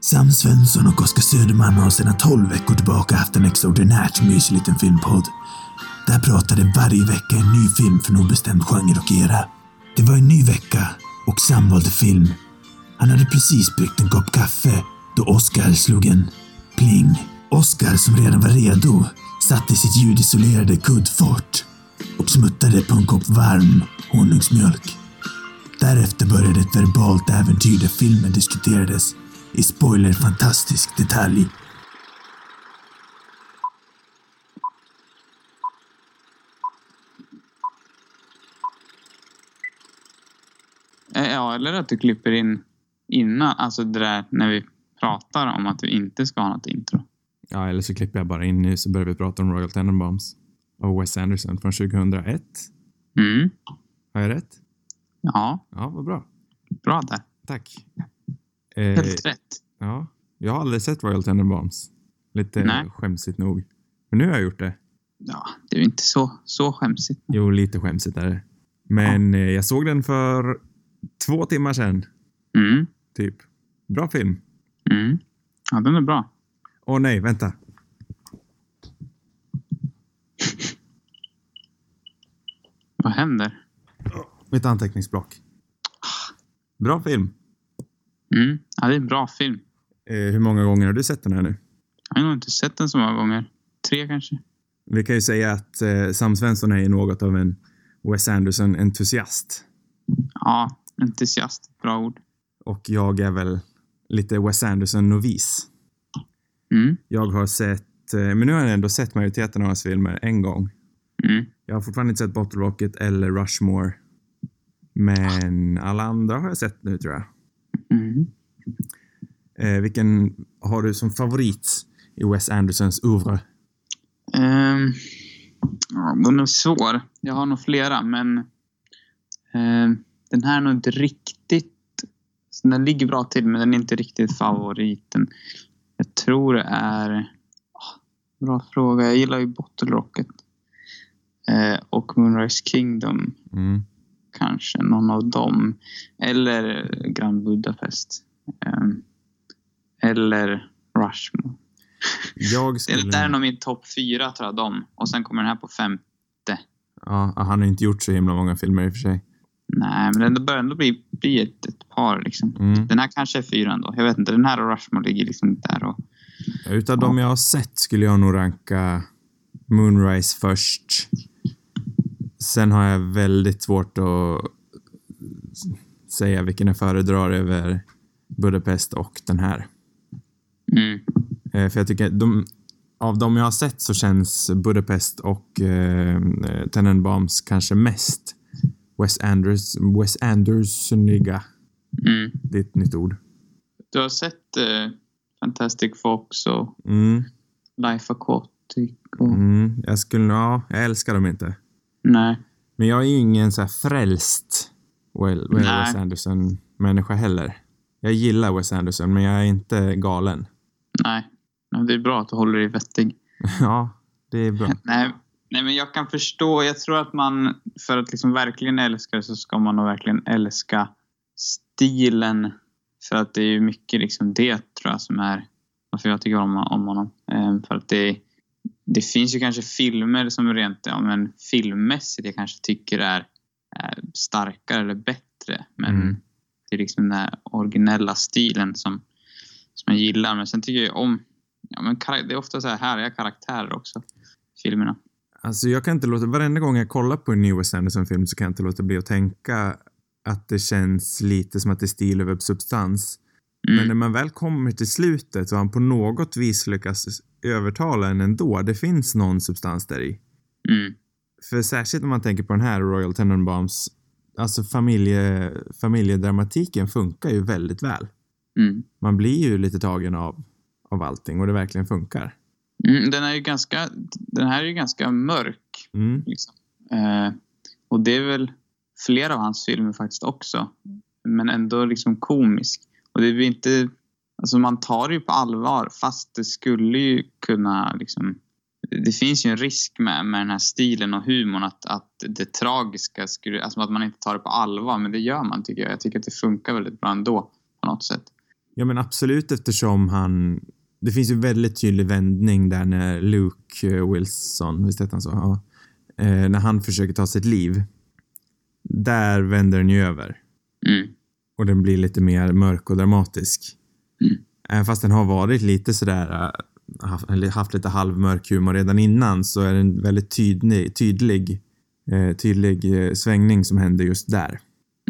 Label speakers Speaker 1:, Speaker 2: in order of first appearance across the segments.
Speaker 1: Sam Svensson och Oskar Söderman har sedan 12 veckor tillbaka haft en extraordinärt mysig liten filmpodd. Där pratade varje vecka en ny film från obestämd genre och era. Det var en ny vecka och Sam valde film. Han hade precis bryggt en kopp kaffe då Oskar slog en pling. Oskar, som redan var redo, satte sitt ljudisolerade kuddfort och smuttade på en kopp varm honungsmjölk. Därefter började ett verbalt äventyr där filmen diskuterades i spoilerfantastisk detalj.
Speaker 2: Eh, Ja, eller att du klipper in innan, alltså det där när vi pratar om att vi inte ska ha något intro.
Speaker 3: Ja, eller så klipper jag bara in nu så börjar vi prata om Royal Tenenbaums av Wes Anderson från 2001.
Speaker 2: Mm,
Speaker 3: Har jag rätt?
Speaker 2: ja,
Speaker 3: Ja, vad bra.
Speaker 2: bra där.
Speaker 3: Tack. Eh,
Speaker 2: Helt rätt.
Speaker 3: ja, jag har aldrig sett Royal Tenenbaums. Lite
Speaker 2: Nej.
Speaker 3: skämsigt nog. Men nu har jag gjort det.
Speaker 2: Ja, det är ju inte så, så skämsigt.
Speaker 3: Jo, lite skämsigt är det. Men eh, jag såg den för två timmar sedan,
Speaker 2: Mm,
Speaker 3: typ. Bra film.
Speaker 2: mm. Ja, den är bra.
Speaker 3: Åh nej, vänta.
Speaker 2: Vad händer?
Speaker 3: Mitt anteckningsblock.
Speaker 2: Ah.
Speaker 3: Bra film.
Speaker 2: Mm. Ja, det är en bra film.
Speaker 3: Eh, hur många gånger har du sett den här nu?
Speaker 2: Jag har nog inte sett den så många gånger. Tre kanske.
Speaker 3: Vi kan ju säga att eh, Sam Svensson är ju något av en Wes Anderson-entusiast.
Speaker 2: Ja, entusiast. Bra ord.
Speaker 3: Och jag är väl lite Wes Anderson-novis.
Speaker 2: Mm,
Speaker 3: Jag har sett, eh, men nu har jag ändå sett majoriteten av hans filmer en gång.
Speaker 2: mm.
Speaker 3: Jag har fortfarande inte sett Bottle Rocket eller Rushmore. Men alla andra har jag sett nu tror jag.
Speaker 2: Mm.
Speaker 3: Eh, vilken har du som favorit i Wes Andersons oeuvre?
Speaker 2: Um, den är svår. Jag har nog flera, men ehm, den här är nog inte riktigt... så Den ligger bra till, men den är inte riktigt favoriten. Jag tror det är... ah, Bra fråga. Jag gillar ju Bottle Rocket. Eh, och Moonrise Kingdom,
Speaker 3: Mm.
Speaker 2: kanske. Någon av dem. Eller Grand Budapest. Ehm, eller Rushmore.
Speaker 3: Jag skulle...
Speaker 2: Det där är nog min topp fyra, tror jag. De. Och sen kommer den här på fem.
Speaker 3: ja, han har inte gjort så himla många filmer i och för sig.
Speaker 2: Nej, men det börjar ändå bli, bli ett, ett par. Liksom.
Speaker 3: Mm.
Speaker 2: Den här kanske är fyra ändå. Jag vet inte. Den här och Rushmore ligger liksom där. Och,
Speaker 3: Utav de jag har sett skulle jag nog ranka Moonrise först. Sen har jag väldigt svårt att säga vilken jag föredrar över Budapest och den här.
Speaker 2: mm,
Speaker 3: Eh, för jag tycker att de, av de jag har sett så känns Budapest och eh, Tenenbaums kanske mest Wes, Anders, Wes Andersoniga.
Speaker 2: mm.
Speaker 3: Det är ett nytt ord.
Speaker 2: Du har sett eh, Fantastic Fox och
Speaker 3: Mm,
Speaker 2: Life Aquatic? Och,
Speaker 3: mm, jag skulle, ja, jag älskar dem inte.
Speaker 2: Nej.
Speaker 3: Men jag är ju ingen så här frälst well, well,
Speaker 2: Nej.
Speaker 3: Wes Anderson-människa heller. Jag gillar Wes Anderson, men jag är inte galen.
Speaker 2: Nej. Men det är bra att du håller dig vettig.
Speaker 3: ja, det är bra.
Speaker 2: Nej, nej, men jag kan förstå. Jag tror att man, för att liksom verkligen älska det så ska man nog verkligen älska stilen. För att det är ju mycket liksom det tror jag som är varför jag tycker om, om honom. Ehm, för att det, det finns ju kanske filmer som rent ja, men filmmässigt jag kanske tycker är, är starkare eller bättre. Men
Speaker 3: Mm.
Speaker 2: det är liksom den här originella stilen som, som jag gillar. Men sen tycker jag ju om, ja, men karak- det är ofta så här härliga karaktärer också filmerna.
Speaker 3: Alltså, jag kan inte låta, varenda gång jag kollar på en ny Wes Anderson-film så kan jag inte låta bli att tänka att det känns lite som att det är stil över substans. Men när man väl kommer till slutet så har han på något vis lyckats övertala en ändå. Det finns någon substans där i.
Speaker 2: Mm.
Speaker 3: För särskilt om man tänker på den här Royal Tenenbaums, alltså familje, familjedramatiken funkar ju väldigt väl.
Speaker 2: Mm.
Speaker 3: Man blir ju lite tagen av, av allting och det verkligen funkar.
Speaker 2: Mm. Den, är ju ganska, den här är ju ganska mörk.
Speaker 3: Mm.
Speaker 2: Liksom. Eh, och det är väl flera av hans filmer faktiskt också. Men ändå liksom komisk. Och det är väl inte... Alltså man tar det ju på allvar fast det skulle ju kunna liksom... Det finns ju en risk med, med den här stilen och humorn att, att det tragiska skulle... Alltså att man inte tar det på allvar, men det gör man tycker jag. Jag tycker att det funkar väldigt bra ändå på något sätt.
Speaker 3: Ja, men absolut eftersom han... Det finns ju väldigt tydlig vändning där när Luke eh, Wilson, visst hette han så? Ja. Eh, när han försöker ta sitt liv. Där vänder den ju över.
Speaker 2: Mm.
Speaker 3: och den blir lite mer mörk och dramatisk.
Speaker 2: Mm.
Speaker 3: Även fast den har varit lite sådär, äh, haft, eller haft lite halvmörk humor redan innan så är det en väldigt tydlig, tydlig, eh, tydlig eh, svängning som händer just där.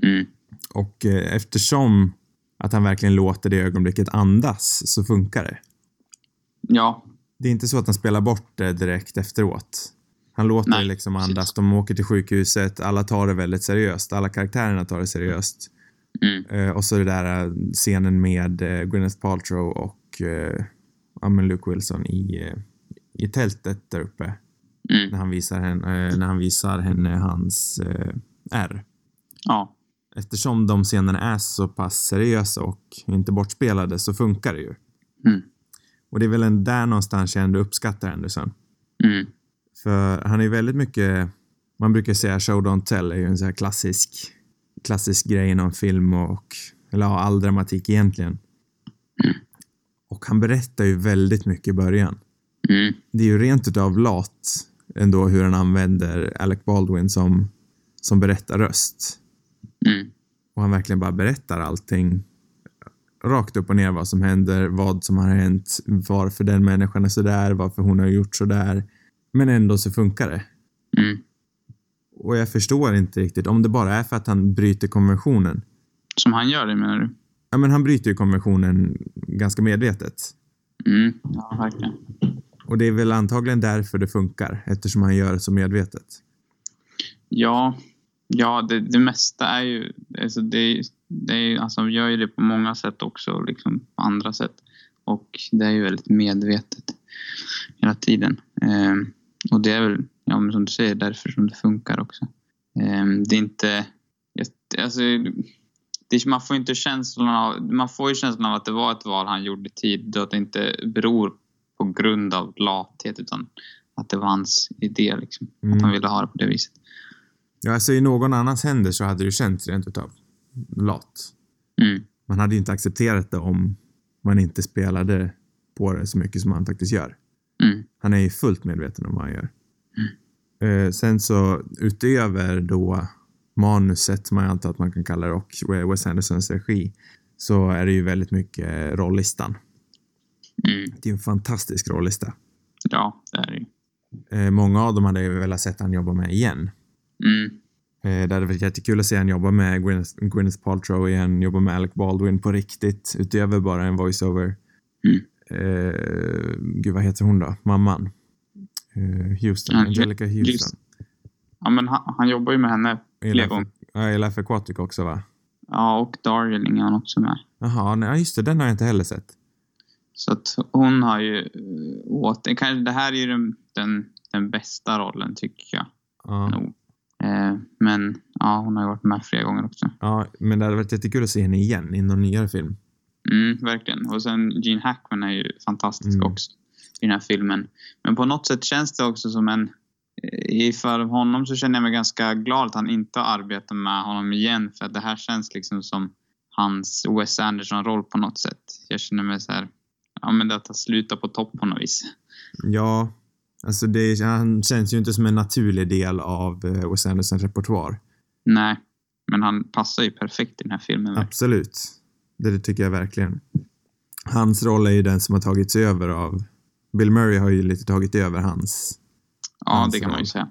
Speaker 2: Mm.
Speaker 3: Och eh, eftersom att han verkligen låter det ögonblicket andas så funkar det.
Speaker 2: Ja.
Speaker 3: Det är inte så att han spelar bort det direkt efteråt. Han låter
Speaker 2: Nej,
Speaker 3: det liksom
Speaker 2: precis.
Speaker 3: andas. De åker till sjukhuset. Alla tar det väldigt seriöst. Alla karaktärerna tar det seriöst.
Speaker 2: Mm.
Speaker 3: Eh, och så det där eh, scenen med eh, Gwyneth Paltrow och eh, ja, men Luke Wilson i, eh, i tältet där uppe.
Speaker 2: Mm.
Speaker 3: När han visar henne, eh, när han visar henne hans eh, R.
Speaker 2: Ja.
Speaker 3: Eftersom de scenerna är så pass seriösa och inte bortspelade så funkar det ju.
Speaker 2: Mm.
Speaker 3: Och det är väl en där någonstans jag ändå uppskattar Anderson.
Speaker 2: Mm.
Speaker 3: För han är ju väldigt mycket, man brukar säga show don't tell är ju en sån här klassisk, klassisk grej inom film och, eller ja, all dramatik egentligen. Och han berättar ju väldigt mycket i början.
Speaker 2: Mm.
Speaker 3: Det är ju rent utav lat ändå hur han använder Alec Baldwin som, som berättarröst.
Speaker 2: Mm.
Speaker 3: Och han verkligen bara berättar allting rakt upp och ner vad som händer, vad som har hänt, varför den människan är sådär, varför hon har gjort sådär. Men ändå så funkar det.
Speaker 2: Mm.
Speaker 3: Och jag förstår inte riktigt om det bara är för att han bryter konventionen.
Speaker 2: Som han gör det menar du?
Speaker 3: Ja, men han bryter ju konventionen ganska medvetet.
Speaker 2: Mm. Ja, verkligen.
Speaker 3: Och det är väl antagligen därför det funkar, eftersom han gör det så medvetet.
Speaker 2: Ja, ja det, det mesta är ju... Alltså det, det är, ju- alltså vi gör ju det på många sätt också, och liksom på andra sätt. Och det är ju väldigt medvetet hela tiden. Ehm, och det är väl, ja, men som du säger, därför som det funkar också. Ehm, det är inte... jag- Alltså, det, man får ju inte känslan av... Man får ju känslan av att det var ett val han gjorde i tid och att det inte beror på grund av lathet utan att det var hans idé liksom. Att han
Speaker 3: Mm.
Speaker 2: ville ha det på det viset.
Speaker 3: Ja, alltså i någon annans händer så hade det ju känts rent utav lat.
Speaker 2: Mm.
Speaker 3: Man hade ju inte accepterat det om man inte spelade på det så mycket som han faktiskt gör.
Speaker 2: Mm.
Speaker 3: Han är ju fullt medveten om vad han gör. Eh, sen så utöver då manuset, som jag antar att man kan kalla det, och Wes Andersons regi, så är det ju väldigt mycket rollistan.
Speaker 2: Mm.
Speaker 3: Det är en fantastisk rollista.
Speaker 2: Ja, det är det ju.
Speaker 3: Eh, många av dem hade jag ju velat sett han jobba med igen.
Speaker 2: Mm.
Speaker 3: Eh, det hade varit jättekul att se han jobba med Gwyneth, Gwyneth Paltrow igen, jobba med Alec Baldwin på riktigt, utöver bara en voiceover.
Speaker 2: Mm.
Speaker 3: Eh, gud, vad heter hon då? Mamman? Eh, Houston,
Speaker 2: Ja,
Speaker 3: Angelica Houston.
Speaker 2: Ja, men han, han jobbar ju med henne.
Speaker 3: Eller
Speaker 2: Lego.
Speaker 3: för- Ja, eller för Aquatic också va?
Speaker 2: Ja, och Darling är han också med.
Speaker 3: Jaha, nej, just det, den har jag inte heller sett.
Speaker 2: Så att hon har ju eh, åter... Kanske, det här är ju den, den, den bästa rollen, tycker jag.
Speaker 3: Ja,
Speaker 2: Nog. Eh, men ja, hon har ju varit med flera gånger också.
Speaker 3: ja, men det hade varit jättekul att se henne igen i någon nyare film.
Speaker 2: Mm, verkligen. Och sen Gene Hackman är ju fantastisk
Speaker 3: Mm.
Speaker 2: också i den här filmen. Men på något sätt känns det också som en... eh, I för honom så känner jag mig ganska glad att han inte har arbetat med honom igen för att det här känns liksom som hans Wes Anderson-roll på något sätt. Jag känner mig så här... Ja, men det att sluta på topp på något vis.
Speaker 3: Ja, alltså det, han känns ju inte som en naturlig del av eh, Wes Andersons repertoar.
Speaker 2: Nej, men han passar ju perfekt i den här filmen. verkligen.
Speaker 3: Absolut. Det, det tycker jag verkligen. Hans roll är ju den som har tagits över av... Bill Murray har ju lite tagit över hans.
Speaker 2: Ja,
Speaker 3: Hans
Speaker 2: det kan man
Speaker 3: roll.
Speaker 2: ju säga.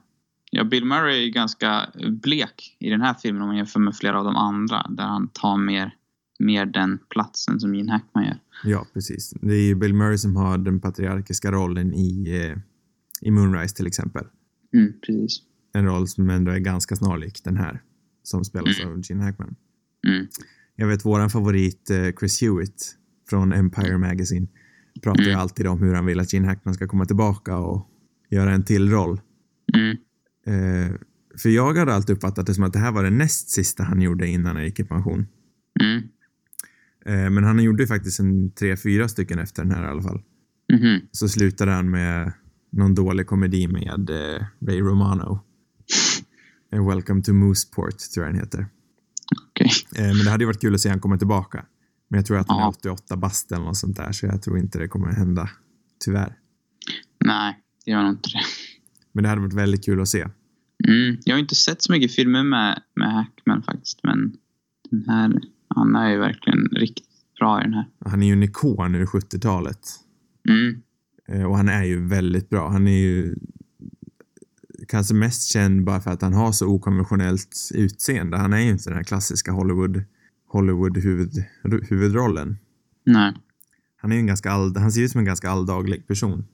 Speaker 2: Ja, Bill Murray är ju ganska blek i den här filmen om man jämför med flera av de andra där han tar mer, mer den platsen som Gene Hackman gör.
Speaker 3: Ja, precis. Det är ju Bill Murray som har den patriarkiska rollen i, eh, i Moonrise till exempel.
Speaker 2: Mm, precis.
Speaker 3: en roll som ändå är ganska snarlik den här som spelas av Gene Hackman.
Speaker 2: Mm.
Speaker 3: Jag vet våran favorit eh, Chris Hewitt från Empire Magazine pratar ju
Speaker 2: Mm.
Speaker 3: alltid om hur han vill att Gene Hackman ska komma tillbaka och göra en till roll.
Speaker 2: Mm,
Speaker 3: Eh, för jag hade alltid uppfattat det som att det här var det näst sista han gjorde innan han gick i pension.
Speaker 2: mm,
Speaker 3: Eh, men han gjorde ju faktiskt en tre, fyra stycken efter den här i alla fall.
Speaker 2: mhm.
Speaker 3: Så slutade han med någon dålig komedi med eh, Ray Romano. Eh, Welcome to Mooseport tror jag den heter.
Speaker 2: Okej.
Speaker 3: Eh, Men det hade ju varit kul att se han komma tillbaka. Men jag tror att han är
Speaker 2: Ja.
Speaker 3: 88 bast eller något sånt där, så jag tror inte det kommer hända. Tyvärr.
Speaker 2: Nej, det gör nog inte det.
Speaker 3: Men det hade varit väldigt kul att se.
Speaker 2: Mm. Jag har inte sett så mycket filmer med, med Hackman faktiskt, men den här, han är ju verkligen riktigt bra i den här.
Speaker 3: Han är ju en ikon ur 70-talet.
Speaker 2: Mm.
Speaker 3: Eh, Och han är ju väldigt bra. Han är ju kanske mest känd bara för att han har så okonventionellt utseende. Han är ju inte den här klassiska Hollywood, Hollywood huvud, huvudrollen.
Speaker 2: Nej.
Speaker 3: Han, är ju en ganska all, han ser ut som en ganska alldaglig person.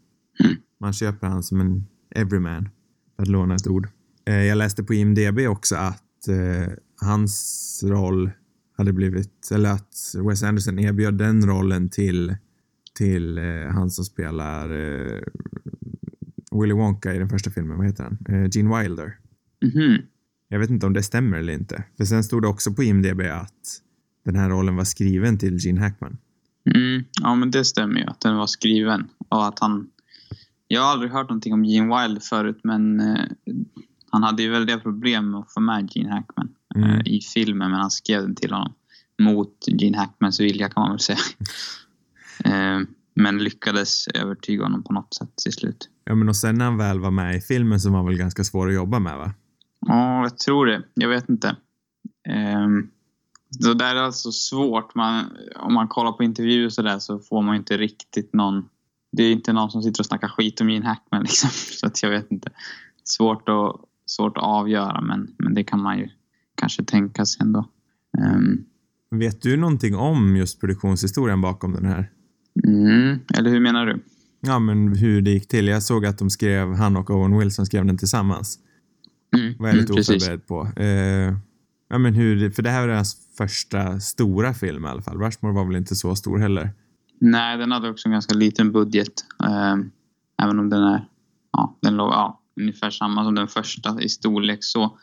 Speaker 2: Mm.
Speaker 3: Man köper han som en everyman, för att låna ett ord. Eh, Jag läste på IMDB också att eh, hans roll hade blivit, eller att Wes Anderson erbjöd den rollen till, till eh, han som spelar eh, Willy Wonka i den första filmen, vad heter han? Eh, Gene Wilder.
Speaker 2: Mhm.
Speaker 3: Jag vet inte om det stämmer eller inte. För sen stod det också på IMDB att den här rollen var skriven till Gene Hackman.
Speaker 2: Mm. Ja, men det stämmer ju att den var skriven och att han... Jag har aldrig hört någonting om Gene Wilde förut, men eh, han hade ju väldiga problem med att få med Gene Hackman eh,
Speaker 3: Mm.
Speaker 2: i filmen, men han skrev den till honom mot Gene Hackmans vilja kan man väl säga. eh, men lyckades övertyga honom på något sätt till slut.
Speaker 3: Ja, men och sen när han väl var med i filmen så var han väl ganska svår att jobba med, va?
Speaker 2: Ja, jag tror det. Jag vet inte. Ehm, det där är alltså svårt. Man, om man kollar på intervjuer och sådär så får man inte riktigt någon... Det är inte någon som sitter och snackar skit om Gene Hackman liksom. Så att jag vet inte. Svårt att, svårt att avgöra men, men det kan man ju kanske tänka sig ändå. Ehm,
Speaker 3: Vet du någonting om just produktionshistorien bakom den här?
Speaker 2: mm, eller hur menar du?
Speaker 3: Ja, men hur det gick till. Jag såg att de skrev, han och Owen Wilson skrev den tillsammans.
Speaker 2: Mm,
Speaker 3: Vad jag är lite
Speaker 2: mm, precis.
Speaker 3: oförberedd på. Eh, ja, men hur, det- för det här var deras första stora film i alla fall. Rushmore var väl inte så stor heller.
Speaker 2: Nej, den hade också en ganska liten budget. Ehm, även om den är ja, den låg, ja, ungefär samma som den första i storlek. Så,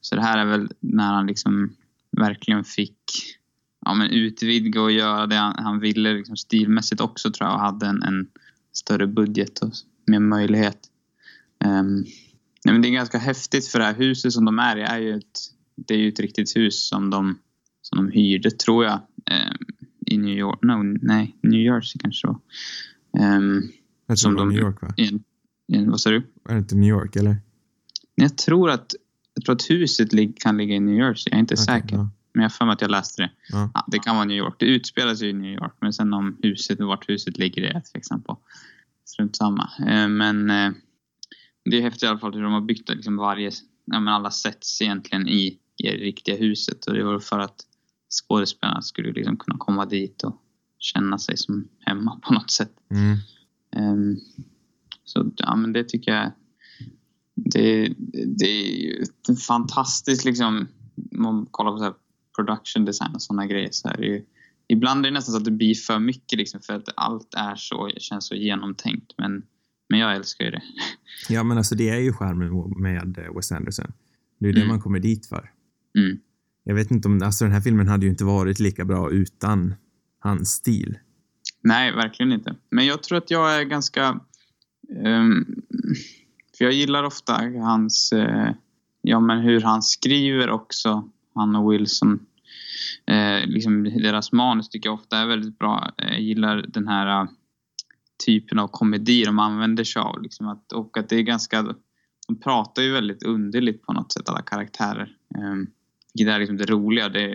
Speaker 2: så det här är väl när han liksom verkligen fick ja, men utvidga och göra det han, han ville liksom stilmässigt också tror jag och hade en, en större budget och s- mer möjlighet. Ehm, nej, men det är ganska häftigt för det här huset som de är i är ju ett, det är ju ett riktigt hus som de, som de hyrde tror jag ehm, i New York, no, nej, New Jersey kanske det var. Ehm,
Speaker 3: Jag tror
Speaker 2: Som
Speaker 3: det var
Speaker 2: de-
Speaker 3: New York, va?
Speaker 2: i en, i en, vad sa du?
Speaker 3: Är det inte New York, eller?
Speaker 2: Nej, Jag tror att, jag tror att huset lig- kan ligga i New Jersey. Jag är inte
Speaker 3: Okej,
Speaker 2: säker.
Speaker 3: ja.
Speaker 2: Men jag har för mig att jag läste det.
Speaker 3: Ja.
Speaker 2: Ja, det kan vara New York. Det utspelar sig i New York. Men sen om huset och vart huset ligger det är jag tveksam på. Strunt samma. Eh, Men eh, det är häftigt i alla fall hur de har byggt det, liksom varje, ja, men alla sets egentligen i, i det riktiga huset. Och det var för att skådespelarna skulle liksom kunna komma dit och känna sig som hemma på något sätt.
Speaker 3: Mm.
Speaker 2: Ehm, så ja, men det tycker jag det, det är ju ett fantastiskt liksom, om man kollar på så här production design och sådana grejer så är det ju Ibland är det nästan så att det blir för mycket liksom för att allt är så, känns så genomtänkt. Men, men jag älskar ju det.
Speaker 3: Ja, men alltså det är ju charmen med eh, Wes Anderson. Det är ju det
Speaker 2: Mm.
Speaker 3: man kommer dit för.
Speaker 2: Mm.
Speaker 3: Jag vet inte om, alltså den här filmen hade ju inte varit lika bra utan hans stil.
Speaker 2: Nej, verkligen inte. Men jag tror att jag är ganska... ehm, för jag gillar ofta hans... eh, ja, men hur han skriver också, han och Wilson. Eh, liksom deras manus tycker jag ofta är väldigt bra. Eh, Jag gillar den här eh, typen av komedi de använder sig av. Liksom att, och att det är ganska... De pratar ju väldigt underligt på något sätt, alla karaktärer. Um, vilket är liksom det roliga. Det,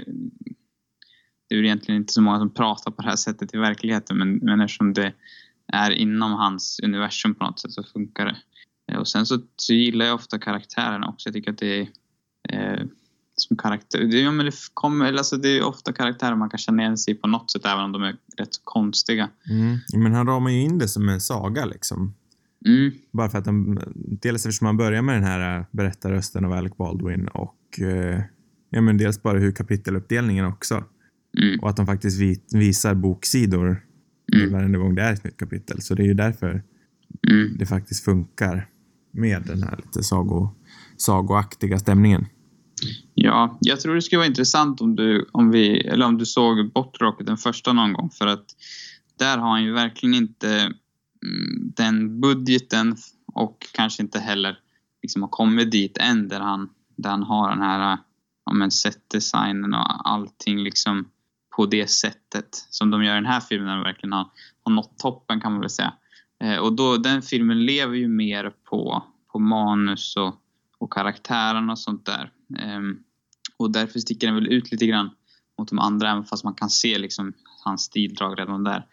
Speaker 2: det är väl egentligen inte så många som pratar på det här sättet i verkligheten men, men eftersom det är inom hans universum på något sätt så funkar det. Eh, Och sen så, så gillar jag ofta karaktärerna också. Jag tycker att det är eh, som karaktär, det, ja, men det, kommer, eller alltså det är ofta karaktärer man kan känna igen sig i på något sätt även om de är rätt så konstiga.
Speaker 3: Men han ramar ju in det som en saga liksom.
Speaker 2: Mm,
Speaker 3: Bara för att han, dels eftersom han börjar med den här eh, berättarrösten av Alec Baldwin och eh, ja, men dels bara hur kapiteluppdelningen också.
Speaker 2: mm,
Speaker 3: Och att de faktiskt vi, visar boksidor
Speaker 2: Mm.
Speaker 3: varenda gång det är ett nytt kapitel. Så det är ju därför
Speaker 2: mm.
Speaker 3: det faktiskt funkar med den här lite sago, sagoaktiga stämningen.
Speaker 2: Ja, jag tror det skulle vara intressant om du, om vi, eller om du såg Botrock den första någon gång för att där har han ju verkligen inte mm, den budgeten och kanske inte heller liksom har kommit dit än där han, där han har den här ja, men setdesignen och allting liksom på det sättet som de gör i den här filmen när de verkligen har, har nått toppen kan man väl säga. Eh, och då, den filmen lever ju mer på, på manus och, och karaktärerna och sånt där. Ehm, och därför sticker den väl ut lite grann mot de andra även fast man kan se liksom hans stildrag redan där.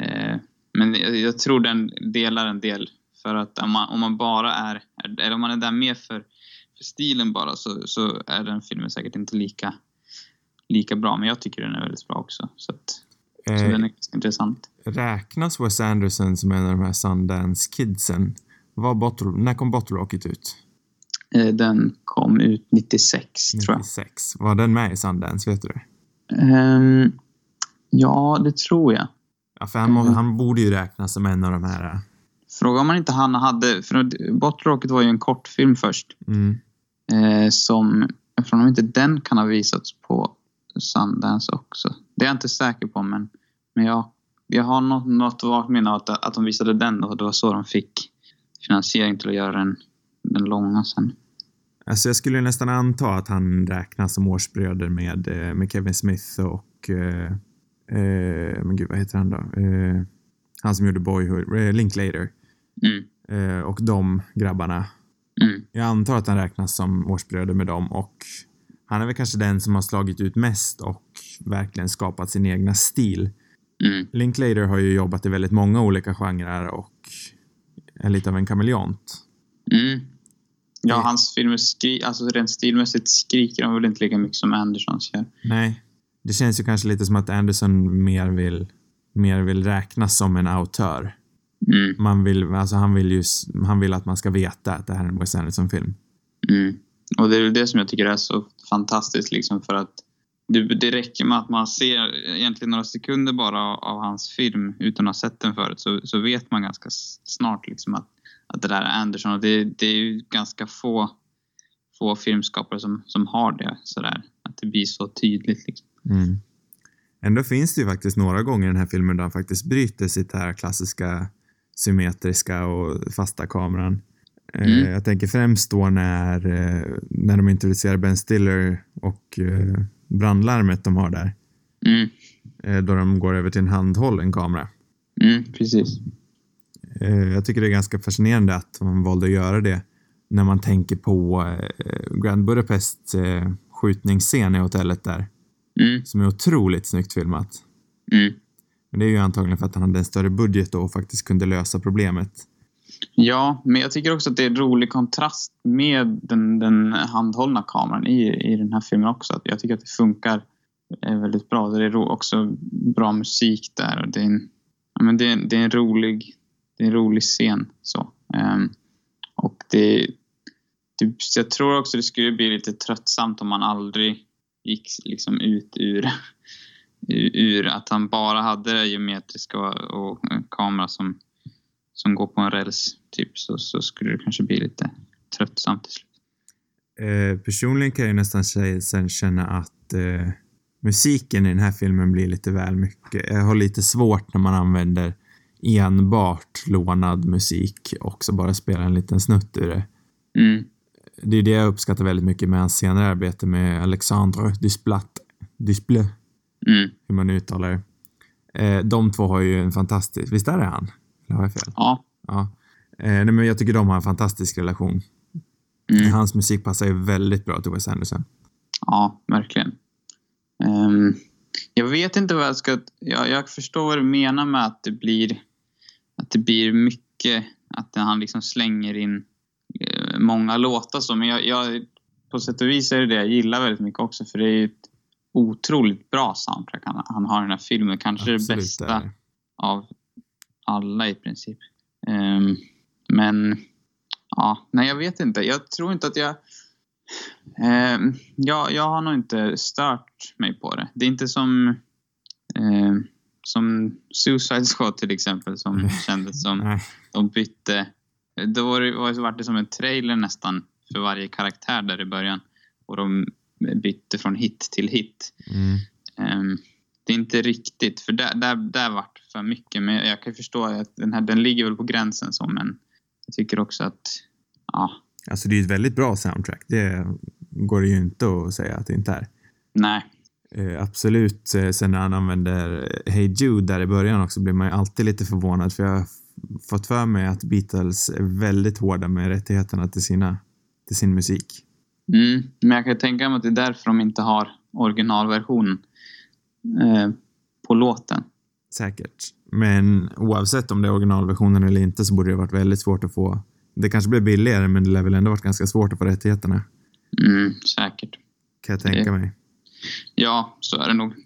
Speaker 2: Eh, men jag, jag tror den delar en del för att om man, om man bara är, eller om man är där mer för, för stilen bara så, så är den filmen säkert inte lika, lika bra. Men jag tycker den är väldigt bra också. Så, att, så
Speaker 3: Mm.
Speaker 2: den är ganska intressant.
Speaker 3: Eh, Räknas Wes Anderson som en av de här Sundance-kidsen? Var bottle, när kom Bottle Rocket ut?
Speaker 2: Eh, Den kom ut 96 tror jag.
Speaker 3: 96. Var den med i Sundance? Vet du det?
Speaker 2: Ehm, ja, det tror jag.
Speaker 3: Ja, för han, må-
Speaker 2: Mm.
Speaker 3: han borde ju räknas som en av de här. eh.
Speaker 2: Fråga om man inte han hade, för Bottle Rocket var ju en kortfilm först.
Speaker 3: Mm.
Speaker 2: Eh, som, jag tror nog inte den kan ha visats på Sundance också. Det är jag inte säker på, men, men jag, jag har något, något vagt minne av att, att de visade den och det var så de fick finansiering till att göra den, den långa sen.
Speaker 3: Alltså jag skulle ju nästan anta att han räknas som årsbröder med, eh, med Kevin Smith och... Eh, eh, men gud, vad heter han då? Eh, han som gjorde Boyhood, eh, Linklater.
Speaker 2: Mm,
Speaker 3: Eh, och de grabbarna.
Speaker 2: mm,
Speaker 3: Jag antar att han räknas som årsbröder med dem och han är väl kanske den som har slagit ut mest och verkligen skapat sin egna stil.
Speaker 2: mm,
Speaker 3: Linklater har ju jobbat i väldigt många olika genrer och är lite av en kameleont.
Speaker 2: mm. Ja,
Speaker 3: Mm.
Speaker 2: hans filmer skri- alltså rent stilmässigt skriker de väl inte lika mycket som Andersons gör.
Speaker 3: Nej. Det känns ju kanske lite som att Anderson mer vill, mer vill räknas som en autör.
Speaker 2: Mm,
Speaker 3: Man vill, alltså han, vill ju, s- han vill att man ska veta att det här är en Wes Anderson-film.
Speaker 2: mm. Och det är väl det som jag tycker är så fantastiskt liksom för att det, det räcker med att man ser egentligen några sekunder bara av, av hans film utan att ha sett den förut så, så vet man ganska s- snart liksom att, att det där är Anderson och det, det är ju ganska få, få filmskapare som, som har det sådär. Att det blir så tydligt liksom.
Speaker 3: Mm. Ändå finns det ju faktiskt några gånger i den här filmen där han faktiskt bryter sitt här klassiska symmetriska och fasta kameran. Eh,
Speaker 2: Mm.
Speaker 3: jag tänker främst då när, eh, när de introducerar Ben Stiller och eh, brandlarmet de har där.
Speaker 2: Mm,
Speaker 3: Eh, då de går över till en handhållen kamera.
Speaker 2: mm, precis.
Speaker 3: Eh, jag tycker det är ganska fascinerande att man valde att göra det när man tänker på eh, Grand Budapest eh, skjutningsscen i hotellet där
Speaker 2: Mm,
Speaker 3: som är otroligt snyggt filmat.
Speaker 2: mm.
Speaker 3: Men det är ju antagligen för att han hade en större budget då och faktiskt kunde lösa problemet.
Speaker 2: Ja, men jag tycker också att det är en rolig kontrast med den, den handhållna kameran i, i den här filmen också. Att jag tycker att det funkar eh, väldigt bra. Det är ro, också bra musik där och det är en, ja, men det är, en- det är en, rolig, det är en rolig scen. Så. Ehm, och det, det, så jag tror också det skulle bli lite tröttsamt om man aldrig gick liksom ut ur, ur, ur att han bara hade det geometriska och, och kamera som som går på en räls typ så, så skulle det kanske bli lite tröttsamt till slut.
Speaker 3: Eh, personligen kan jag ju nästan kä- sen känna att eh, musiken i den här filmen blir lite väl mycket. Jag har lite svårt när man använder enbart lånad musik och så bara spelar en liten snutt ur det.
Speaker 2: Mm,
Speaker 3: Det är det jag uppskattar väldigt mycket med hans senare arbete med Alexandre Desplat. Desplat,
Speaker 2: mm.
Speaker 3: hur man nu uttalar det. Eh, de två har ju en fantastisk, visst är det han? Eller har jag fel?
Speaker 2: Ja.
Speaker 3: Ja. Eh, nej, men jag tycker de har en fantastisk relation.
Speaker 2: Mm.
Speaker 3: Hans musik passar ju väldigt bra till Wes Anderson.
Speaker 2: Ja, verkligen. Ehm, jag vet inte vad jag ska... Jag, jag förstår vad du menar med att det blir, att det blir mycket, att han liksom slänger in eh, många låtar så, men jag, jag, på sätt och vis är det det jag gillar väldigt mycket också, för det är ju ett otroligt bra soundtrack han, han har i den här filmen. Kanske det bästa Mm.
Speaker 3: är det.
Speaker 2: av alla i princip. Ehm, men ja, nej jag vet inte. Jag tror inte att jag... Ehm, jag, jag har nog inte stört mig på det. Det är inte som, ehm, som Suicide Squad till exempel som kändes som
Speaker 3: Nej.
Speaker 2: de bytte. Då var det, var det- var det som en trailer nästan för varje karaktär där i början. Och de bytte från hit till hit.
Speaker 3: Mm.
Speaker 2: Ehm, det är inte riktigt, för där, där, där vart det för mycket. Men jag kan förstå att den här den ligger väl på gränsen så, men jag tycker också att ja,
Speaker 3: Alltså det är ju ett väldigt bra soundtrack. Det går det ju inte att säga att det inte är.
Speaker 2: nej.
Speaker 3: Eh, absolut, eh, sen när han använder eh, Hey Jude där i början också blir man ju alltid lite förvånad för jag har f- fått för mig att Beatles är väldigt hårda med rättigheterna till, sina, till sin musik.
Speaker 2: Mm, men jag kan tänka mig att det är därför de inte har originalversionen eh, på låten.
Speaker 3: Säkert. Men oavsett om det är originalversionen eller inte så borde det varit väldigt svårt att få. Det kanske blir billigare men det lär väl ändå varit ganska svårt att få rättigheterna.
Speaker 2: Mm, säkert.
Speaker 3: Kan jag tänka
Speaker 2: Det-
Speaker 3: mig.
Speaker 2: Ja, så är det nog. Ja,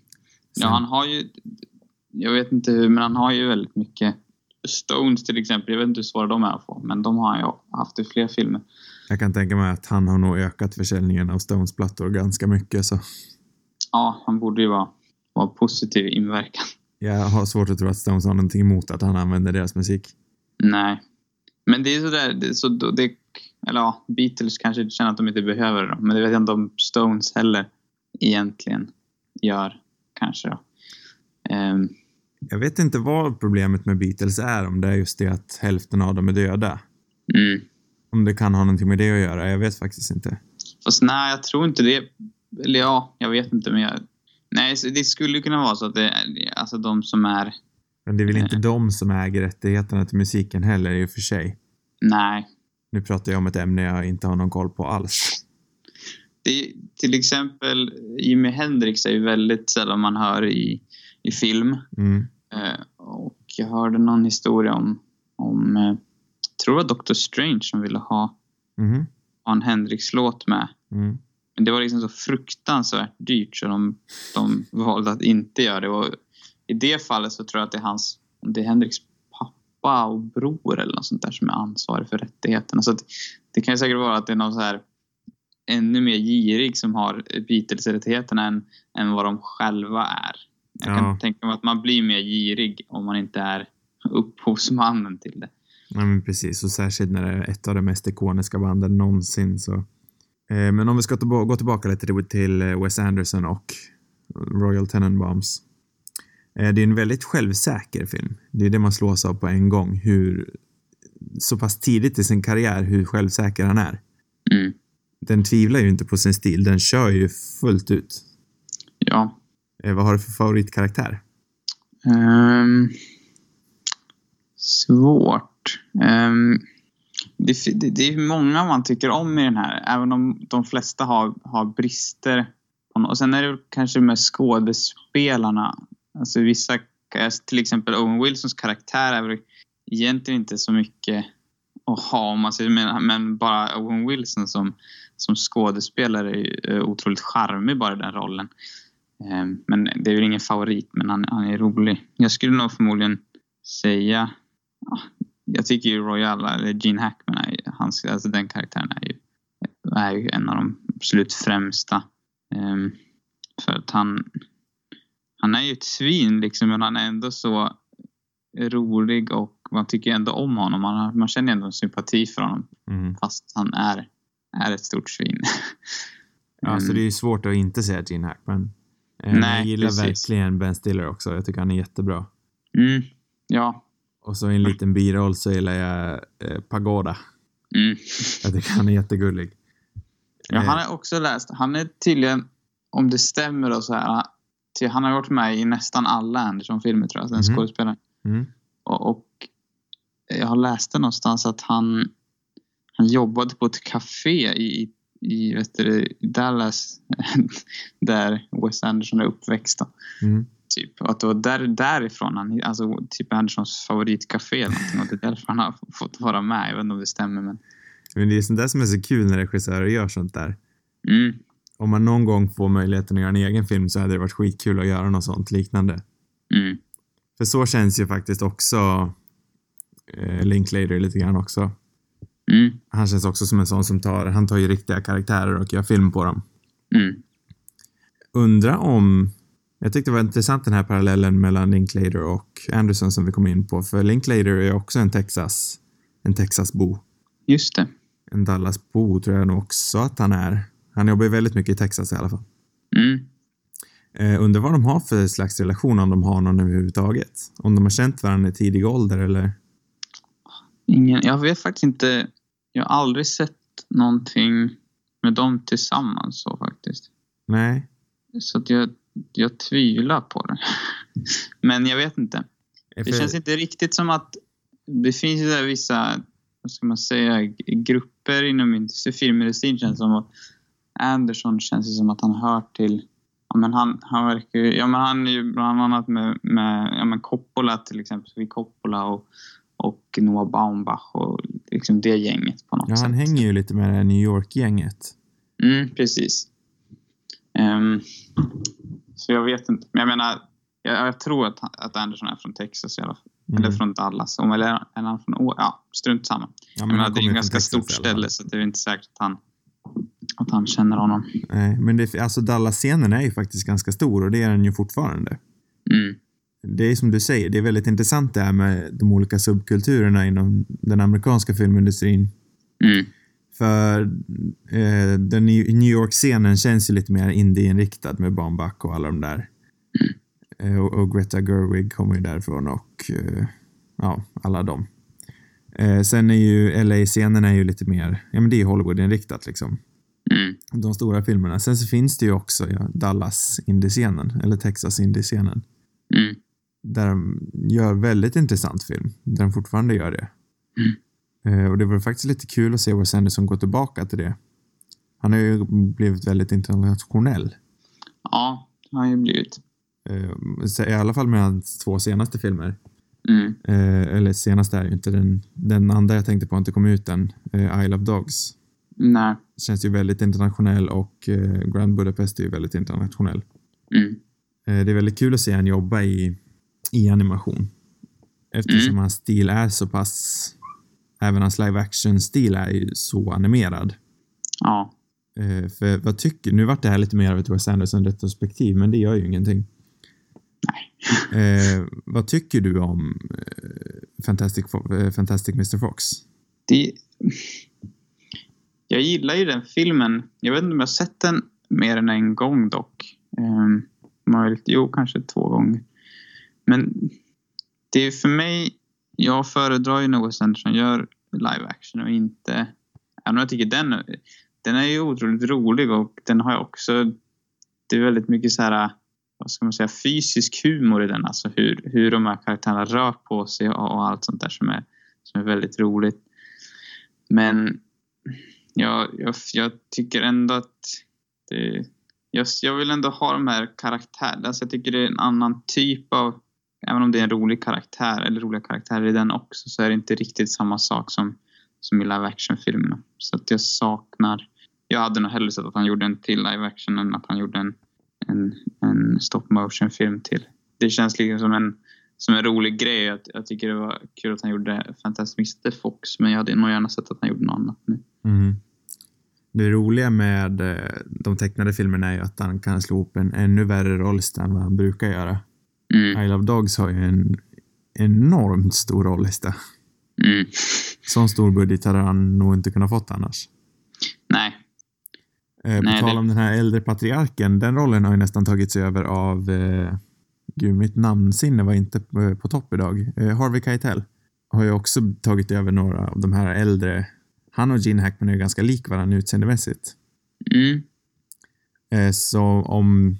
Speaker 3: Sen-
Speaker 2: han har ju... Jag vet inte hur, men han har ju väldigt mycket... Stones till exempel, jag vet inte hur svåra de är att få, men de har han ju haft i fler filmer.
Speaker 3: Jag kan tänka mig att han har nog ökat försäljningen av Stones-plattor ganska mycket så
Speaker 2: Ja, han borde ju vara, vara positiv inverkan.
Speaker 3: jag har svårt att tro att Stones har någonting emot att han använder deras musik.
Speaker 2: Nej. Men det är sådär, det, är så, då- det, eller ja, Beatles kanske känner att de inte behöver det då, men det vet jag inte om Stones heller egentligen gör kanske då. Ehm,
Speaker 3: Jag vet inte vad problemet med Beatles är, om det är just det att hälften av dem är döda.
Speaker 2: mm.
Speaker 3: Om det kan ha någonting med det att göra, jag vet faktiskt inte.
Speaker 2: Fast nej, jag tror inte det. Eller ja, jag vet inte men jag... Nej, så det skulle kunna vara så att det är alltså de som är...
Speaker 3: Men det är väl
Speaker 2: Nej.
Speaker 3: inte de som äger rättigheterna till musiken heller i och för sig.
Speaker 2: Nej.
Speaker 3: Nu pratar jag om ett ämne jag inte har någon koll på alls.
Speaker 2: Det, till exempel Jimi Hendrix är ju väldigt sällan man hör i, i film.
Speaker 3: Mm.
Speaker 2: Eh, och jag hörde någon historia om, om eh, tror jag Dr. Strange som ville ha,
Speaker 3: Mhm.
Speaker 2: ha en Hendrix-låt med.
Speaker 3: Mm.
Speaker 2: Men det var liksom så fruktansvärt dyrt så de, de valde att inte göra det. Och I det fallet så tror jag att det är hans, om det är Hendriks pappa och bror eller något sånt där som är ansvarig för rättigheterna. Så att det kan ju säkert vara att det är någon så här ännu mer girig som har Beatles-rättigheterna än, än vad de själva är. Jag
Speaker 3: Ja.
Speaker 2: kan tänka mig att man blir mer girig om man inte är upphovsmannen till det.
Speaker 3: Ja, men precis, och särskilt när det är ett av de mest ikoniska banden någonsin så. Eh, men om vi ska tillba- gå tillbaka lite till- till eh, Wes Anderson och Royal Tenenbaums. Eh, det är en väldigt självsäker film. Det är det man slås av på en gång, hur så pass tidigt i sin karriär hur självsäker han är.
Speaker 2: Mm.
Speaker 3: Den tvivlar ju inte på sin stil, den kör ju fullt ut.
Speaker 2: Ja,
Speaker 3: Eh, vad har du för favoritkaraktär?
Speaker 2: Ehm, svårt. Ehm, det, fi- det, det är många man tycker om i den här, även om de flesta har, har brister. På nå- och sen är det väl kanske med skådespelarna. Alltså vissa, till exempel Owen Wilsons karaktär är väl egentligen inte så mycket att ha om man säger, men, men bara Owen Wilson som, som skådespelare är ju eh, otroligt charmig bara i den rollen. Ehm, Men det är väl ingen favorit, men han, han är rolig. Jag skulle nog förmodligen säga... ja, Jag tycker ju Royal, eller Gene Hackman, är, ju- hans, alltså den karaktären är ju, är ju en av de absolut främsta. Ehm, För att han... Han är ju ett svin liksom, men han är ändå så rolig och man tycker ändå om honom. Man, har- man känner ändå en sympati för honom
Speaker 3: Mm.
Speaker 2: fast han är, är ett stort svin.
Speaker 3: Ja, så Alltså, det är ju svårt att inte säga Gene Hackman. Eh,
Speaker 2: Mm. Nej,
Speaker 3: men jag gillar
Speaker 2: precis.
Speaker 3: verkligen Ben Stiller också. Jag tycker han är jättebra.
Speaker 2: Mm, ja.
Speaker 3: Och så i en liten biroll så gillar jag eh, Pagoda.
Speaker 2: Mm.
Speaker 3: Jag tycker han är jättegullig.
Speaker 2: Ja,
Speaker 3: Eh,
Speaker 2: han har också läst. Han är tydligen, om det stämmer då så här, ah, till, han har varit med i nästan alla Anderson-filmer tror jag, den
Speaker 3: Mhm.
Speaker 2: skådespelaren.
Speaker 3: mm.
Speaker 2: Och, och jag har läst det någonstans att han, han jobbade på ett café i, i- i vet du, i Dallas där Wes Anderson är uppväxt. Då,
Speaker 3: Mm.
Speaker 2: typ. Och att det var där, därifrån han, alltså typ Andersons favoritcafé eller någonting. Och det är därför han har fått vara med. Jag vet inte om det stämmer men.
Speaker 3: Men det är sånt där som är så kul när regissörer gör sånt där.
Speaker 2: Mm,
Speaker 3: Om man någon gång får möjligheten att göra en egen film så hade det varit skitkul att göra något sånt liknande.
Speaker 2: mm,
Speaker 3: För så känns ju faktiskt också eh, Linklater lite grann också.
Speaker 2: mm,
Speaker 3: Han känns också som en sån som tar, han tar ju riktiga karaktärer och gör film på dem.
Speaker 2: mm.
Speaker 3: Undra om... Jag tyckte det var intressant den här parallellen mellan Linklater och Anderson som vi kom in på. För Linklater är också en Texas... En Texasbo.
Speaker 2: Just det.
Speaker 3: En Dallasbo tror jag nog också att han är. Han jobbar ju väldigt mycket i Texas i alla fall.
Speaker 2: Mm.
Speaker 3: Eh, undrar vad de har för slags relation, om de har någon överhuvudtaget. Om de har känt varandra i tidig ålder eller...
Speaker 2: Ingen, jag vet faktiskt inte. Jag har aldrig sett någonting med dem tillsammans så faktiskt.
Speaker 3: Nej.
Speaker 2: Så att jag jag tvivlar på det. Men jag vet inte. Det känns inte riktigt som att... Det finns ju där vissa, vad ska man säga, grupper inom filmmedicin känns som att Anderson känns ju som att han hör till... Ja, men han, han verkar ju... Ja, men han är ju bland annat med, med ja, men Coppola till exempel, vid Coppola och, och Noah Baumbach och liksom det gänget på något
Speaker 3: Ja,
Speaker 2: sätt.
Speaker 3: han hänger ju lite med det här New York-gänget.
Speaker 2: Mm, precis. Ehm, så jag vet inte. Men jag menar, jag, jag tror att, att Anderson är från Texas i alla fall.
Speaker 3: Mm.
Speaker 2: Eller från Dallas. Om- Eller är han från O- Ja, strunt samma.
Speaker 3: Ja,
Speaker 2: Jag menar,
Speaker 3: han
Speaker 2: det är
Speaker 3: kommer
Speaker 2: ju
Speaker 3: ju
Speaker 2: ett ganska
Speaker 3: från Texas i alla
Speaker 2: stort
Speaker 3: fall.
Speaker 2: ställe så det är inte säkert att han, att han känner honom.
Speaker 3: Nej, men det, alltså Dallas-scenen är ju faktiskt ganska stor och det är den ju fortfarande.
Speaker 2: Mm.
Speaker 3: Det är som du säger, det är väldigt intressant det här med de olika subkulturerna inom den amerikanska filmindustrin.
Speaker 2: Mm.
Speaker 3: För eh, den New New York-scenen känns ju lite mer indieinriktad med Baumbach och alla de där. Eh, och, och Greta Gerwig kommer ju därifrån och eh, ja, alla dem. Eh, sen är ju LA-scenen är ju lite mer, ja men det är ju Hollywood-inriktat liksom.
Speaker 2: Mm.
Speaker 3: De stora filmerna. Sen så finns det ju också ja, Dallas-indiescenen, eller Texas-indiescenen.
Speaker 2: Mm.
Speaker 3: Där de gör väldigt intressant film, där de fortfarande gör det. Eh, och det var faktiskt lite kul att se Wes Anderson gå tillbaka till det. Han har ju blivit väldigt internationell.
Speaker 2: Ja, det har ju blivit.
Speaker 3: Eh, så I alla fall med hans två senaste filmer.
Speaker 2: Mm.
Speaker 3: Eh, eller senaste är ju inte den, den andra jag tänkte på har inte kom ut än. Eh, Isle of Dogs.
Speaker 2: Nej.
Speaker 3: Känns ju väldigt internationell och eh, Grand Budapest är ju väldigt internationell.
Speaker 2: Mm.
Speaker 3: Eh, Det är väldigt kul att se han jobba i, i animation. Eftersom hans stil är så pass... Även hans live action-stil är ju så animerad.
Speaker 2: Ja.
Speaker 3: Eh, för vad tycker... Nu vart det här lite mer av ett Wes Anderson-retrospektiv, men det gör ju ingenting. Eh, vad tycker du om eh, Fantastic, Fo- eh, Fantastic Mr. Fox?
Speaker 2: Det... Jag gillar ju den filmen. Jag vet inte om jag har sett den mer än en gång dock. Um, möjligt. Jo, kanske två gånger. Men det är för mig... Jag föredrar ju något sen som gör live action och inte... Även om jag tycker den... Den är ju otroligt rolig och den har ju också... Det är väldigt mycket så här... Vad ska man säga? Fysisk humor i den. Alltså hur, hur de här karaktärerna rör på sig och, och allt sånt där som är, som är väldigt roligt. Men jag, jag, jag tycker ändå att det, jag, jag vill ändå ha de här karaktärerna. Alltså jag tycker det är en annan typ av... Även om det är en rolig karaktär, eller roliga karaktärer i den också, så är det inte riktigt samma sak som, som i live action-filmerna. Så att jag saknar... Jag hade nog hellre sett att han gjorde en till live action än att han gjorde en, en, en stop motion-film till. Det känns liksom som en, som en rolig grej. Jag, jag tycker det var kul att han gjorde Fantastic Mr Fox, men jag hade nog gärna sett att han gjorde något annat nu.
Speaker 3: Det roliga med eh, de tecknade filmerna är ju att han kan slå upp en ännu värre roll än vad han brukar göra.
Speaker 2: Mm,
Speaker 3: I Love Dogs har ju en enormt stor rollista.
Speaker 2: mm.
Speaker 3: Sån stor budget hade han nog inte kunnat fått annars.
Speaker 2: Nej. Nej,
Speaker 3: Eh, på tal
Speaker 2: det-
Speaker 3: om den här äldre patriarken, den rollen har ju nästan tagits över av... Eh, gud, mitt namnsinne var inte på, på topp idag. Eh, Harvey Keitel har ju också tagit över några av de här äldre. Han och Gene Hackman är ju ganska lik varandra utseendemässigt.
Speaker 2: Mm,
Speaker 3: Eh, så om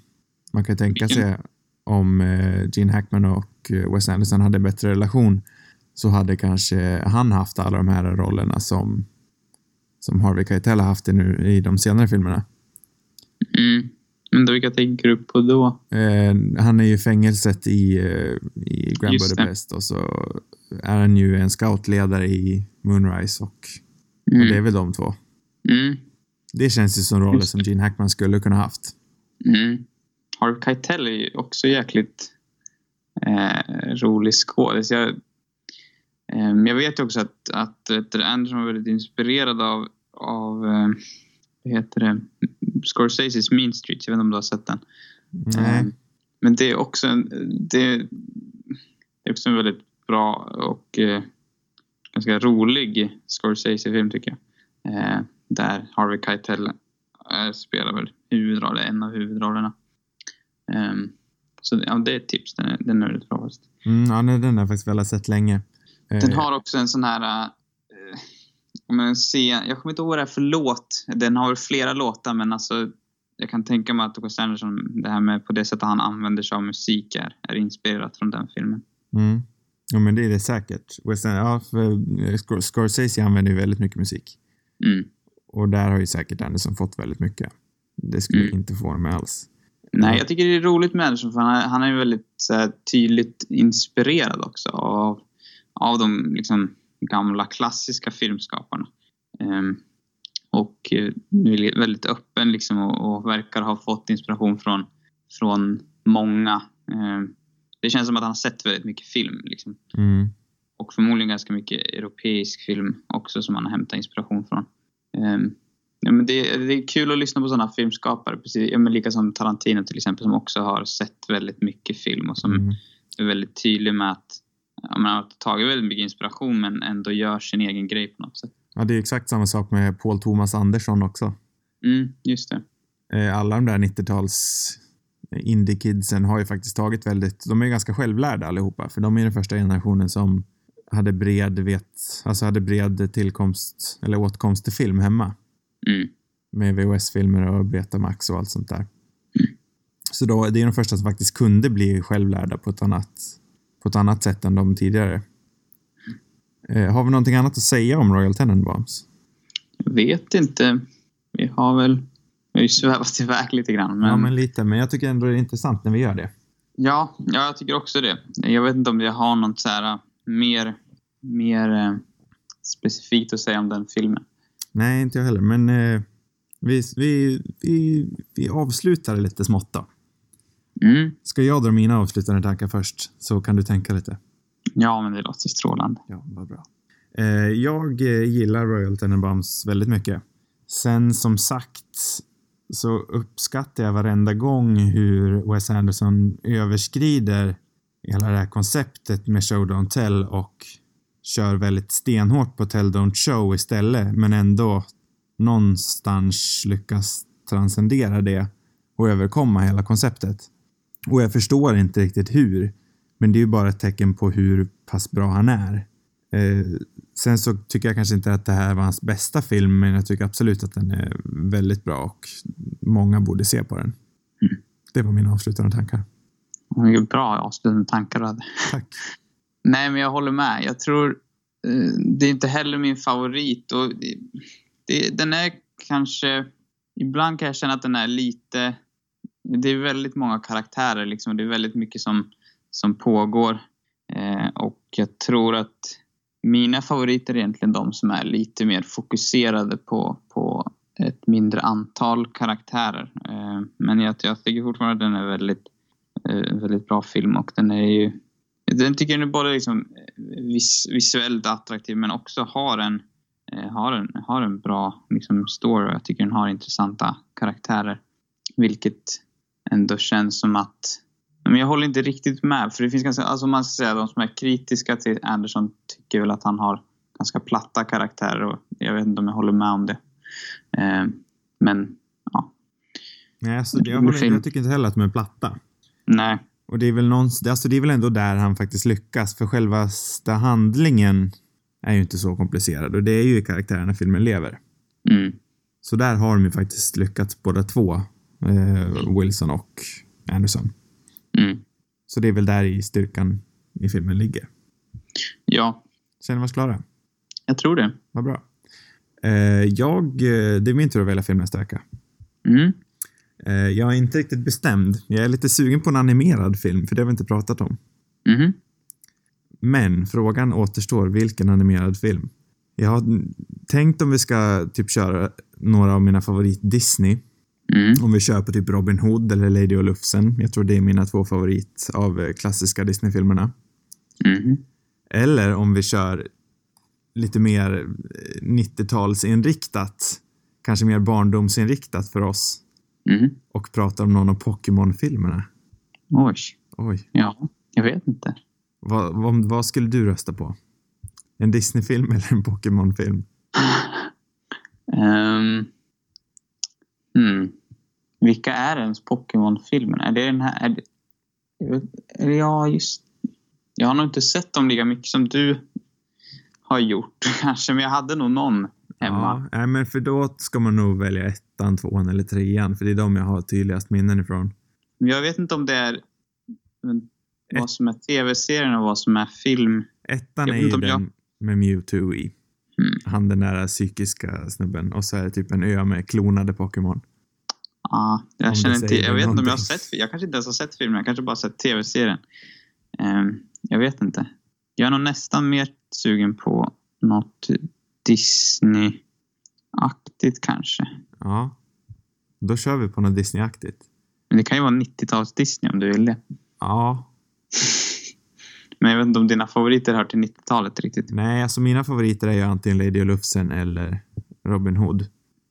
Speaker 3: man kan tänka sig om eh, Gene Hackman och eh, Wes Anderson hade en bättre relation så hade kanske han haft alla de här rollerna som, som Harvey Keitel har haft i, nu, i de senare filmerna.
Speaker 2: mm. Men då, vilka tänker du på då?
Speaker 3: Eh, han är ju i fängelset i, eh, i Grand
Speaker 2: Just det.
Speaker 3: Budapest och så är han ju en scoutledare i Moonrise och, och det är
Speaker 2: Mm,
Speaker 3: väl de två.
Speaker 2: mm,
Speaker 3: Det känns ju som roller
Speaker 2: Just
Speaker 3: som Gene Hackman skulle kunna haft.
Speaker 2: mm. Harvey Keitel är ju också jäkligt eh, rolig skådis. Jag, ehm, jag vet ju också att, att vet du, Anderson var väldigt inspirerad av, av eh, vad heter det, Scorseses Mean Streets. Jag vet inte om du har sett den?
Speaker 3: Nej.
Speaker 2: Ehm, Men det är också en, det, det är också en väldigt bra och eh, ganska rolig Scorsese-film tycker jag. Eh, där Harvey Keitel eh, spelar väl huvudrollen, en av huvudrollerna. Ehm, så det- ja, det är ett tips, den är, den är väldigt bra. faktiskt.
Speaker 3: Mm, ja, nej, den har jag faktiskt velat sett länge. Eh,
Speaker 2: Den har också en sån här... eh, Om man ser, jag kommer inte ihåg vad det är för låt. Den har väl flera låtar, men alltså jag kan tänka mig att Wes Anderson, det här med på det sättet han använder sig av musik är, är inspirerat från den filmen.
Speaker 3: Mm. Ja, men det är det säkert. Wes Anderson, ja, för Scor- Scorsese använder ju väldigt mycket musik.
Speaker 2: Mm.
Speaker 3: Och där har ju säkert Anderson fått väldigt mycket. Det skulle
Speaker 2: Mm.
Speaker 3: inte få mig alls.
Speaker 2: Nej, jag tycker det är roligt med Anderson för han är, han är ju väldigt så här, tydligt inspirerad också av, av de liksom, gamla klassiska filmskaparna. Ehm, och eh, nu är det väldigt öppen liksom, och, och verkar ha fått inspiration från, från många. Ehm, det känns som att han har sett väldigt mycket film. Liksom.
Speaker 3: Mm.
Speaker 2: Och förmodligen ganska mycket europeisk film också som han har hämtat inspiration från. Ehm, ja, men det, det är kul att lyssna på sådana filmskapare, precis, ja, men lika som Tarantino till exempel som också har sett väldigt mycket film och som
Speaker 3: Mm.
Speaker 2: är väldigt tydlig med att ja, man har tagit väldigt mycket inspiration men ändå gör sin egen grej på något sätt.
Speaker 3: Ja, det är exakt samma sak med Paul Thomas Anderson också.
Speaker 2: Mm, just det.
Speaker 3: Eh, Alla de där 90-tals indie-kidsen har ju faktiskt tagit väldigt, de är ju ganska självlärda allihopa, för de är den första generationen som hade bred, vet, alltså hade bred tillkomst, eller åtkomst till film hemma.
Speaker 2: Mm,
Speaker 3: Med VHS-filmer och Betamax och allt sånt där. Så då, det är de första som faktiskt kunde bli självlärda på ett annat, på ett annat sätt än de tidigare. Eh, har vi någonting annat att säga om Royal Tenenbaums?
Speaker 2: jag vet inte. Vi har väl vi har ju svävat iväg lite grann.
Speaker 3: Ja, men lite, men jag tycker ändå det är intressant när vi gör det.
Speaker 2: Ja, ja, jag tycker också det. Jag vet inte om jag har något så här äh, mer, mer eh, specifikt att säga om den filmen.
Speaker 3: Nej, inte jag heller, men eh, vi, vi, vi, vi avslutar lite smått då.
Speaker 2: Mm.
Speaker 3: Ska jag dra mina avslutande tankar först, så kan du tänka lite?
Speaker 2: Ja, men det låter strålande.
Speaker 3: Ja, vad bra. Eh, jag eh, gillar Royal Tenenbaums väldigt mycket. Sen som sagt så uppskattar jag varenda gång hur Wes Anderson överskrider hela det här konceptet med show don't tell och kör väldigt stenhårt på tell don't show istället men ändå någonstans lyckas transcendera det och överkomma hela konceptet. Och jag förstår inte riktigt hur. Men det är ju bara ett tecken på hur pass bra han är. Eh, sen så tycker jag kanske inte att det här var hans bästa film, men jag tycker absolut att den är väldigt bra och många borde se på den. Det var mina avslutande tankar.
Speaker 2: Mycket bra avslutande tankar du hade.
Speaker 3: Tack.
Speaker 2: Nej, men jag håller med. Jag tror... eh, Det är inte heller min favorit. Och det, det, den är kanske... Ibland kan jag känna att den är lite... Det är väldigt många karaktärer liksom. och Det är väldigt mycket som, som pågår. Eh, och jag tror att mina favoriter är egentligen de som är lite mer fokuserade på, på ett mindre antal karaktärer. Eh, men jag, jag tycker fortfarande att den är väldigt, eh, väldigt bra film och den är ju den tycker jag är både liksom vis, visuellt attraktiv men också har en, eh, har en, har en bra liksom, story. Jag tycker den har intressanta karaktärer. Vilket ändå känns som att... Men jag håller inte riktigt med. För det finns ganska, alltså om man ska säga de som är kritiska till Anderson tycker väl att han har ganska platta karaktärer och jag vet inte om jag håller med om det. Eh, men
Speaker 3: Nej, alltså, jag, håller,
Speaker 2: Film.
Speaker 3: jag tycker inte heller att de är platta.
Speaker 2: nej.
Speaker 3: Och det är, väl någons, det- alltså det är väl ändå där han faktiskt lyckas, för själva handlingen är ju inte så komplicerad och det är ju i karaktärerna filmen lever.
Speaker 2: Mm,
Speaker 3: Så där har de ju faktiskt lyckats båda två, eh, Wilson och Anderson.
Speaker 2: mm.
Speaker 3: Så det är väl där i styrkan i filmen ligger.
Speaker 2: Ja,
Speaker 3: Känner vi oss klara?
Speaker 2: jag tror det.
Speaker 3: Vad bra. Eh, jag, eh, det är min tur att välja film nästa vecka.
Speaker 2: Mm.
Speaker 3: Eh, jag är inte riktigt bestämd. Jag är lite sugen på en animerad film, för det har vi inte pratat om.
Speaker 2: Mhm.
Speaker 3: Men frågan återstår, vilken animerad film? Jag har tänkt om vi ska typ köra några av mina favorit Disney.
Speaker 2: Mm.
Speaker 3: Om vi kör på typ Robin Hood eller Lady och Lufsen. Jag tror det är mina två favorit av eh, klassiska Disney-filmerna.
Speaker 2: Mhm.
Speaker 3: Eller om vi kör lite mer eh, 90-talsinriktat, kanske mer barndomsinriktat för oss
Speaker 2: Mhm.
Speaker 3: och pratar om någon av Pokémon-filmerna.
Speaker 2: Oj.
Speaker 3: Oj,
Speaker 2: Ja, jag vet inte.
Speaker 3: vad, vad, vad skulle du rösta på? En Disney-film eller en Pokémon-film?
Speaker 2: Ehm, hmm. Vilka är ens Pokémon-filmen? Är det den här? Är det, jag vet, är det, ja, just Jag har nog inte sett dem lika mycket som du har gjort kanske, men jag hade nog någon. hemma.
Speaker 3: Ja, nej, men för då ska man nog välja ettan, tvåan eller trean. För det är de jag har tydligast minnen ifrån.
Speaker 2: Men jag vet inte om det är men, vad som är tv-serien och vad som är film.
Speaker 3: Ettan
Speaker 2: Jag vet
Speaker 3: är ju
Speaker 2: inte om
Speaker 3: den
Speaker 2: jag-
Speaker 3: med Mewtwo i.
Speaker 2: Mm.
Speaker 3: Han den där psykiska snubben. Och så är det typ en ö med klonade Pokémon.
Speaker 2: Ja,
Speaker 3: Om
Speaker 2: jag
Speaker 3: det
Speaker 2: känner inte,
Speaker 3: säger
Speaker 2: jag vet inte om jag har
Speaker 3: någonting.
Speaker 2: sett Jag kanske inte ens har sett filmen. Jag kanske bara har sett tv-serien. Ehm, jag vet inte. Jag är nog nästan mer sugen på något Disney-aktigt kanske.
Speaker 3: Ja. Då kör vi på något Disney-aktigt.
Speaker 2: Men det kan ju vara 90-tals Disney om du vill det.
Speaker 3: Ja.
Speaker 2: Men jag vet inte om dina favoriter hör till 90-talet riktigt.
Speaker 3: Nej, alltså mina favoriter är ju antingen Lady och Lufsen eller Robin Hood.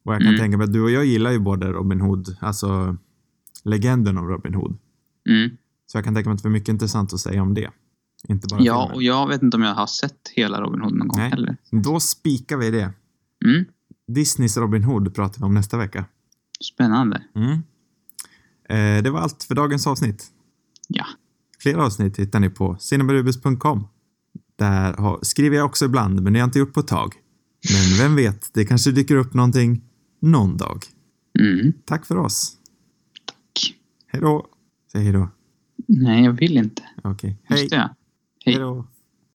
Speaker 3: Och jag kan
Speaker 2: Mm.
Speaker 3: tänka mig att du och jag gillar ju båda Robin Hood. Alltså legenden om Robin Hood.
Speaker 2: Mm.
Speaker 3: Så jag kan tänka mig att det är mycket intressant att säga om det. Inte bara
Speaker 2: Ja,
Speaker 3: filmen.
Speaker 2: och jag vet inte om jag har sett hela Robin Hood någon gång
Speaker 3: Nej.
Speaker 2: heller.
Speaker 3: Då spikar vi det.
Speaker 2: Mm.
Speaker 3: Disneys Robin Hood pratar vi om nästa vecka.
Speaker 2: Spännande.
Speaker 3: Mm. Eh, det var allt för dagens avsnitt.
Speaker 2: Ja.
Speaker 3: Flera avsnitt hittar ni på cinemarubus.com. Där har, skriver jag också ibland, men det har jag inte gjort på ett tag. Men vem vet, det kanske dyker upp någonting någon dag.
Speaker 2: Mm.
Speaker 3: Tack för oss. Hej då. Säg hej då.
Speaker 2: Nej, jag vill inte.
Speaker 3: Okej.
Speaker 2: Just
Speaker 3: Hej.
Speaker 2: det.
Speaker 3: Hej då.